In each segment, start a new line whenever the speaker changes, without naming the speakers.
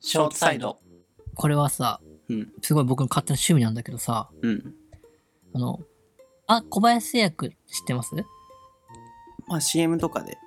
ショートサイド。
これはさ、
うん
すごい僕の勝手な趣味なんだけどさ、
うん。
あの、あ、小林製薬知ってます
まあ CM とかで。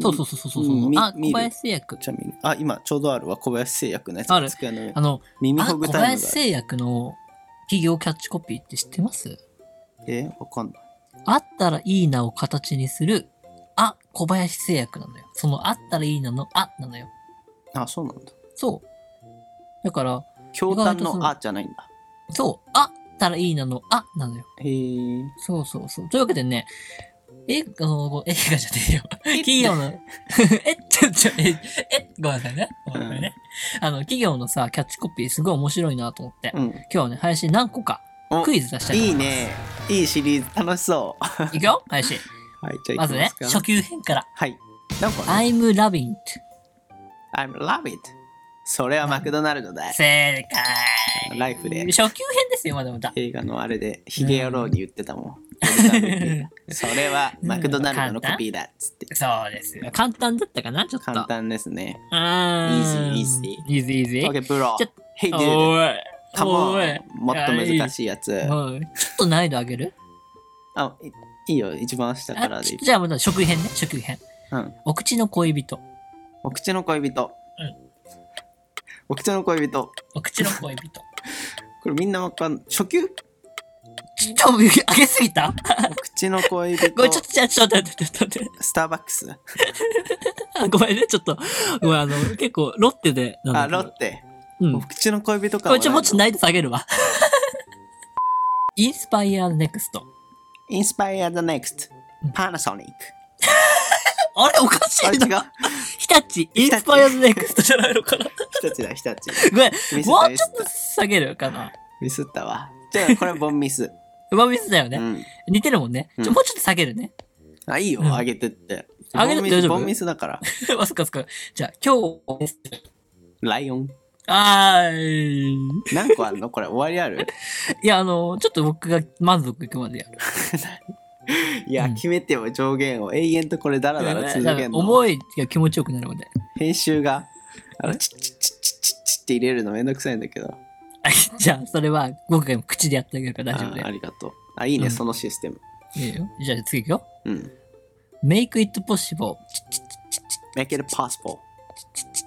そうそうそうそうそう。
うんみ
あ、
見
小
る
林製薬。
じゃあ見るあ、今ちょうどあるわ。小林製薬のやつ。
ある
机の上
あの、
耳
あ、
ほぐ
小
タイム
林
があ
製薬の企業キャッチコピーって知ってます
る。えわかんない。
あったらいいなを形にする、あ、小林製薬なのよ。そのあったらいいなの、あ、なのよ。
あ、そうなんだ。
そう。だから、
京丹
意外とそう
のあじゃないんだ。
そう、あったらいいなの、あ、なのよ。
へえ。
そうそうそう。というわけでね、え、あの、映画じゃねえよ。企業の、 え、ちょ、ちょ、え、え、ごめんなさいね。ごめんなさいね。あの、企業のさ、キャッチコピーすごい面白いなと思って、
うん。
今日はね、林何個か
お
クイズ出したいと
い
思
い
います。
ね。いいシリーズ。楽しそう。
いくよ、林。
はい、じゃあ
ま
いき
ず
ま
ね
す、か。
初級編から。
はい。なんか、ね、
I'm loving it.
I'm love it. それはマクドナルドだ。
正解。
ライフで
初級編ですよ、まだまだ。
映画のあれでヒゲ野郎に言ってたもん。俺が言ってた それはマクドナルドのコピーだっつって。
そうですよ。簡単だったかな、ちょっと。
簡単ですね。
うーん。
Easy,
easy. Easy, easy.
OK, ブロ
ちょ
ー。Hey, dude.
おい。
Come
お
on.
い。
もっと難しいやつ。
はいちょっと難易度上げる
あ、いいいよ。一番下から
あ
で
ち
いい
ょっと。じゃあまた初級編ね初級編
うん。
お口の恋人
お口の恋人
うん。
お口の恋人。
お口の恋人
これみんなわかん初級
ちょっと上げすぎた
お口の恋人
ごめんちょっとじゃあちょっと待ってちょっと待って
スターバックス
あごめんねちょっとごめんあの結構ロッテでな
あ
んだ
ロッ
けど
テ
うん
お口の恋人か
これちょもうちょっと難易度下げるわ インスパイアネクスト
インスパイア the next パナソ ニック
あれおかし
あれ
い
違う
な日立インスパイアネクストじゃないの かな
日立だ日立
ごめん
ミスっ
も
た
う
ミ
ち
ス
ょ
っ
っと下げるかな
たミスったわじゃあこれはボンミス
うまみスだよ
う
ね
ん
似てるもんねち
う
ょ
ん
もうちょっと下げるね
あいいよ
うん
上げてってボ
上げて
ンミス
大丈夫
ボンミスだから
あそっかそっかじゃあ今日です
ライオン
あーい。
何個あるのこれ終わりある
いや、あの、ちょっと僕が満足いくまでやる。
いや
うん
決めてよ上限を永遠とこれダラダラ続け
なんんか
の
思いが気持ちよくなるまで。
編集があのチッチッチッチッチッチッって入れるのめんどくさいんだけど
はいじゃあ、それは僕が口でやってあげるから大丈夫
あ
だ
あ
よ。
りがとうあいいね
うん
そのシステム
いいよ。じゃあ次行くよ。
うん
Make it possible.
Make it possible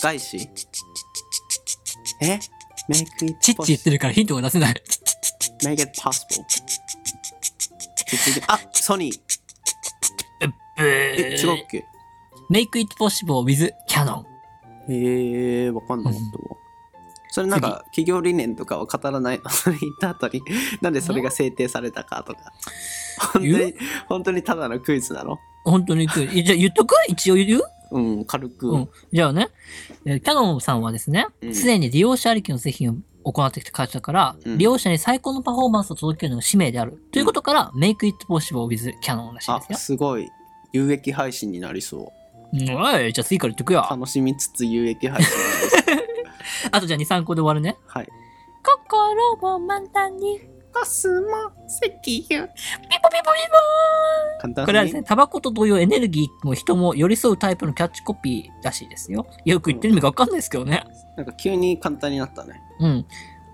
外資え ?Make it
チッチ言って
possible
るからヒントが出せない。
Make it possible あソニーえ違うっけ
Make it possible with Canon.
へえわかんなかったわそれなんか企業理念とかは語らないの それ言った後になんでそれが制定されたかとか本当
言
に本当にただのクイズなの
本当に行く。えじゃあ言っとく一応言う
うん軽く、
うん。じゃあね、えーキャノンさんはですね
う、ん
常に利用者ありきの製品を行ってきた会社だから、
うん
利用者に最高のパフォーマンスを届けるのが使命である。ということから、Make it possible with Canon らしい
あ
ですよ。
すごい有益配信になりそ
うんおい、じゃあ次から言っとくよ
う。楽しみつつ有益 配信になりそう
あとじゃあ2、3個で終わるね。
はい
心を満タンに、ピ
コスモ石油
ポピポピポ
簡単
これはですね、タバコと同様エネルギーも人も寄り添うタイプのキャッチコピーらしいですよ。よく言ってる意味がわかんないですけどね。
なんか急に簡単になったね。
うん。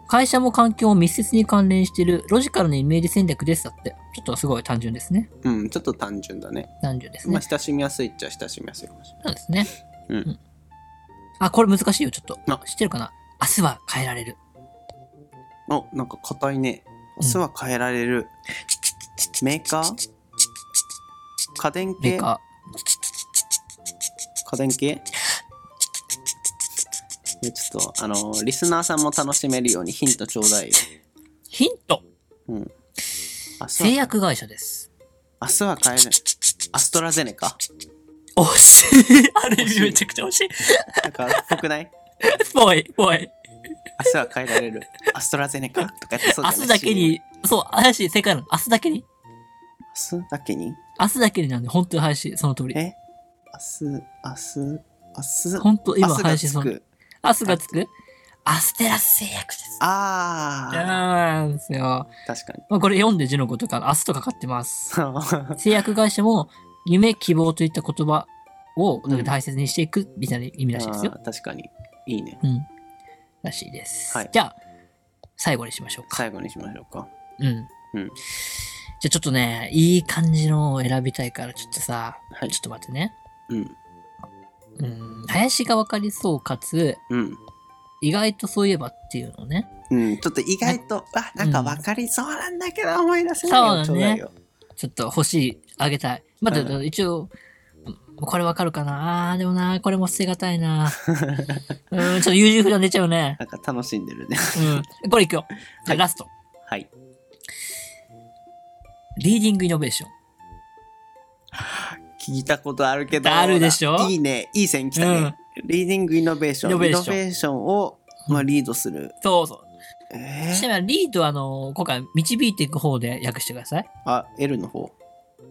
会社も環境も密接に関連しているロジカルなイメージ戦略ですだって。ちょっとすごい単純ですね。
うん、ちょっと単純だね。
単純です
ま
ね
あ、。親しみやすいっちゃ親しみやすいかもしれ
そうですね。
うん
あ、これ難しいよ、ちょっと
あ。
知ってるかな明日は変えられる。
ない。お、なんか硬いね。お世話変えられる。メーカー家電
メー
系
カ
家電系ねちょっと、あのリスナーさんも楽しめるようにヒントちょうだいよ。
ー。ヒント
うん。明日
製
は、
薬会社です。
明日は変える。アストラゼネカ
惜しいある意
惜し
味
い
めちゃくちゃ惜しい
なんか、っぽくない
ぽい、ぽい。
明日は変えられる。アストラゼネカとかやってそうじ
明
ゃない
日だけ。に、そう、怪しい、正解なの。明日だけに。
明日だけに
明日だけになんで、本当に怪しい、その通り。
え明日、明日、明日。
本当今、
明日が
怪しい、
つ
その。
く。
明日がつくアステラス製薬です。
あ
なんですよ。
あ、確かに。
まあ、これ読んで字の子とか、明日とか買ってます。 製薬会社も夢、希望といった言葉を
うん
大切にしていくみたいな意味らしいですよ。
あー確かに。いいね。
うん。らしいです。
はい
じゃあ、最後にしましょうか。
最後にしましょうか。
うん。
うん。
じゃあちょっとね、いい感じのを選びたいから、ちょっとさ、
はい
ちょっと待ってね。
うん。
うん。林がわかりそうかつ、
うん。
意外とそういえばっていうのをね。
うん、ちょっと意外と、あ、なんか分かりそうなんだけど、思い出せ
そう
ないよ、
だね
ちょうだいよ。
ちょっと欲しい、あげたい。まだ、
う
一応、これわかるかなあーでもな、これも捨てがたいな うん、ちょっと優柔不断出ちゃうね。
なんか楽しんでるね。
うん。これいくよ。じゃ
は
あ
い
ラスト。
はい。
リーディングイノベーション。
聞いたことあるけど。
あるでしょ
いいね。いい線来たね。リーディングイノベーション。
イ
イ
ノ
ノ
ベ
ベ
ーション
ーションを、まあ、リードする。
そうそう。
え
ち
ー、
なみにリードはあの、今回導いていく方で訳してください。
あ、L の方。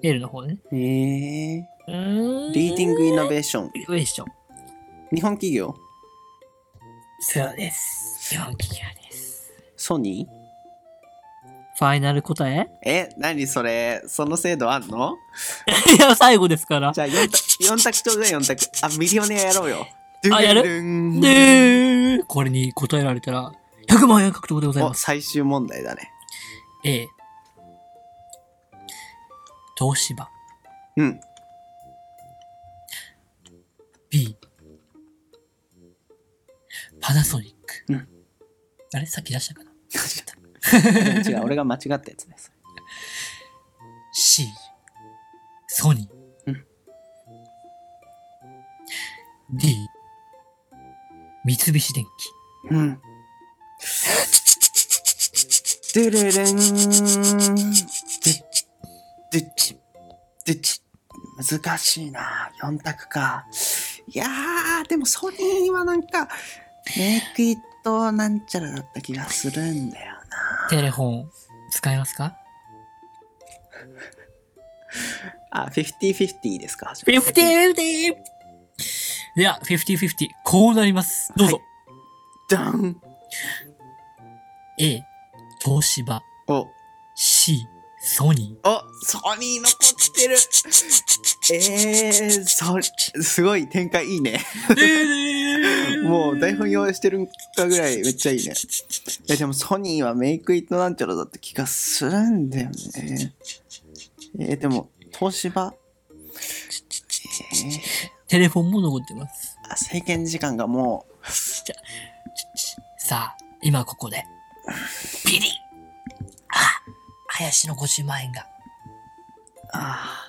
L の方でね。
えー、リ
うーん
ーディングイノベーション。
イノベーション。
日本企業
そうです。日本企業です。
ソニー
ファイナル答え
え、何それその制度あんの
いや、最後ですから。
じゃあ4択、4択ちょうだい4択。あ、ミリオネアやろうよ。
あやる
ドゥンドゥン
でーこれに答えられたら、100万円獲得でござい
お、
ます。
最終問題だね。
A。東芝。
うん。
B。パナソニック。
うん
あれさっき出したかな
違う、俺が間違ったやつです。
C、ソニー。
うん
D、三菱電機。
うん。ドゥルルン。ドゥッチ。ドゥッチ。難しいな。4択か。いやー、でもソニーはなんか、メイクイットなんちゃらだった気がするんだよな。
テレフォン、使えますか
あ、50-50ですか。
?50、50! いや、50、50。こうなります。どうぞ。
ダン。
A、東芝。
お、
C、ソニ
お、ソニー残ってる。えー、そすごい展開いいね。
ー。
もう台本用意してるんかぐらいめっちゃいいね。いやでもソニーはメイクイットなんちゃらだった気がするんだよね。えー、でも東芝、えー、
テレフォンも残ってます。
あ制限時間がも
さあ、今ここで。ビリッあ、林の50万円が。
う、あ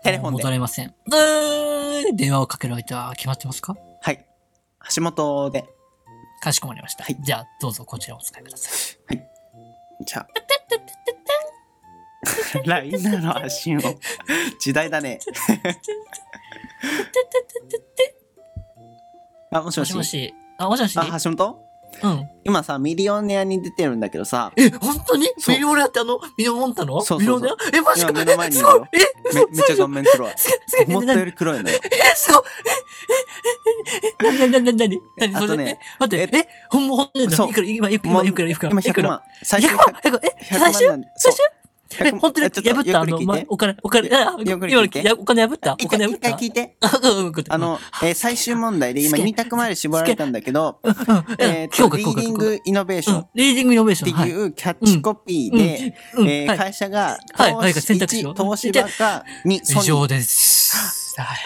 ーテレフォンで
戻。れません。うーん電話をかける相手は決まってますか
はい。橋本で。
かしこまりました。
はい
じゃあ、どうぞこちらをお使いください。
じゃあ。ラインなの発信を。時代だね。あ、もし
も
も
し
し。
もし。あ、もしもし
あ、橋本
うん。
今さ、ミリオネアに出てるんだけどさ、
え、本当に
そう
ミリオネアってあの、ミリオモンタの
そうそうそう
ミリオネアえ、マジか
今目の前にい
す
る
ごい
よ
え、
めめっちゃ顔面黒い。
すご
思
い
っ
な
た
な
より黒いのよ。
え、すごいえ、え、え、え、え、なになになになに
あ
それ
と
で、
ね
ね、待って、え、ほんま、ほんまだ
そう
いくら、今、いく
も
ら、
う
いくら、いくら、
今
いく
100
ら。
万。最初
100万、え、え、
100
最
万なん
初
で。
最初
そう
え、本当に
えちょっと
破ったあの、
よく聞いて
前お金、お金、
よ
あ、
よく聞いて
今のやお金破ったお
一
金
回
破っ
一回
た
聞いて。
うんうんうん
あの、えー最終問題で今
すげえ
2択まで絞られたんだけど、え
え
っと、リーディングイノベーションっ
リーディングイノベーシ
て
ョン。はい。
いうキャッチコピーで、
うん
えー
はい
会社が
はいはい
投資
選択肢を
1東芝か2ソ
以
ニー
上です。はい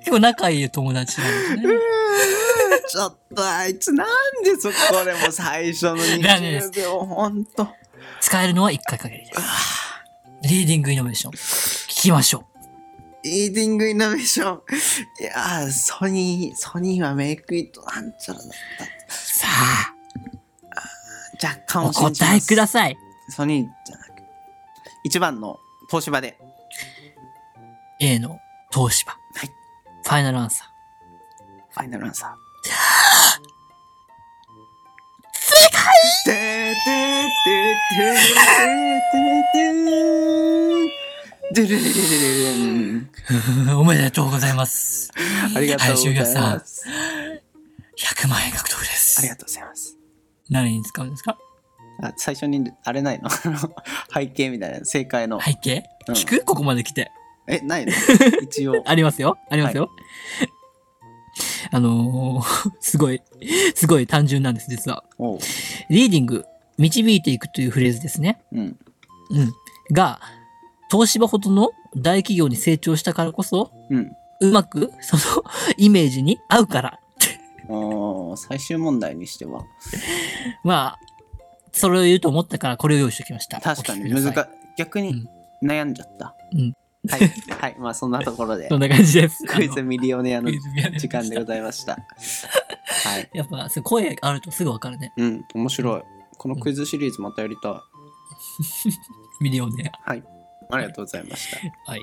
結構仲いい友達なんです
う
ね。
ーちょっとあいつなんでそこでも最初の
ダメ
20
です
秒ほんと
使えるのは1回限りです。リーディングイノベーション。聞きましょ
リーディングイノベーションいやーソニーソニーはメイクイットなんちゃらだっ
う。さあ、
た若干
お
を信じます
答えください。
ソニーじゃなく一番の東芝で
A の東芝。
はい
ファイナルアンサ
フ
ー。
ァイナルアンサー正解
おめでとうございます。
ありがとうござい
林家さん
ます。
100万円獲得で
ありがと
す。
うございます。
何に使うんですか
あ最初にあれないのあの背景みたいな正解の、
背景
うん
聞くここまで来て。
え、 ないの一応。
ありますよ。ありますよ。あのー すごい、すごい単純なんです、実は。
おう。
リーディング、導いていくというフレーズですね。
うん。
うん。が、東芝ほどの大企業に成長したからこそ、
うん。
うまく、その イメージに合うから。
おー最終問題にしては。
まあ、それを言うと思ったからこれを用意してきました。
確かに
お聞き
難
くださ
か
い。
逆に悩んじゃった。
うん
はい。はい。まあ、そんなところで
そ、んな感じです。
クイズ
あの
ミリオネアの
クイズミリオネア
時間でございま した。はい。
やっぱ、そう声あるとすぐわかるね。
うん、面白い。このクイズシリーズまたやりたい。
ミリオネ
はい。ありがとうございました。
ア。はい。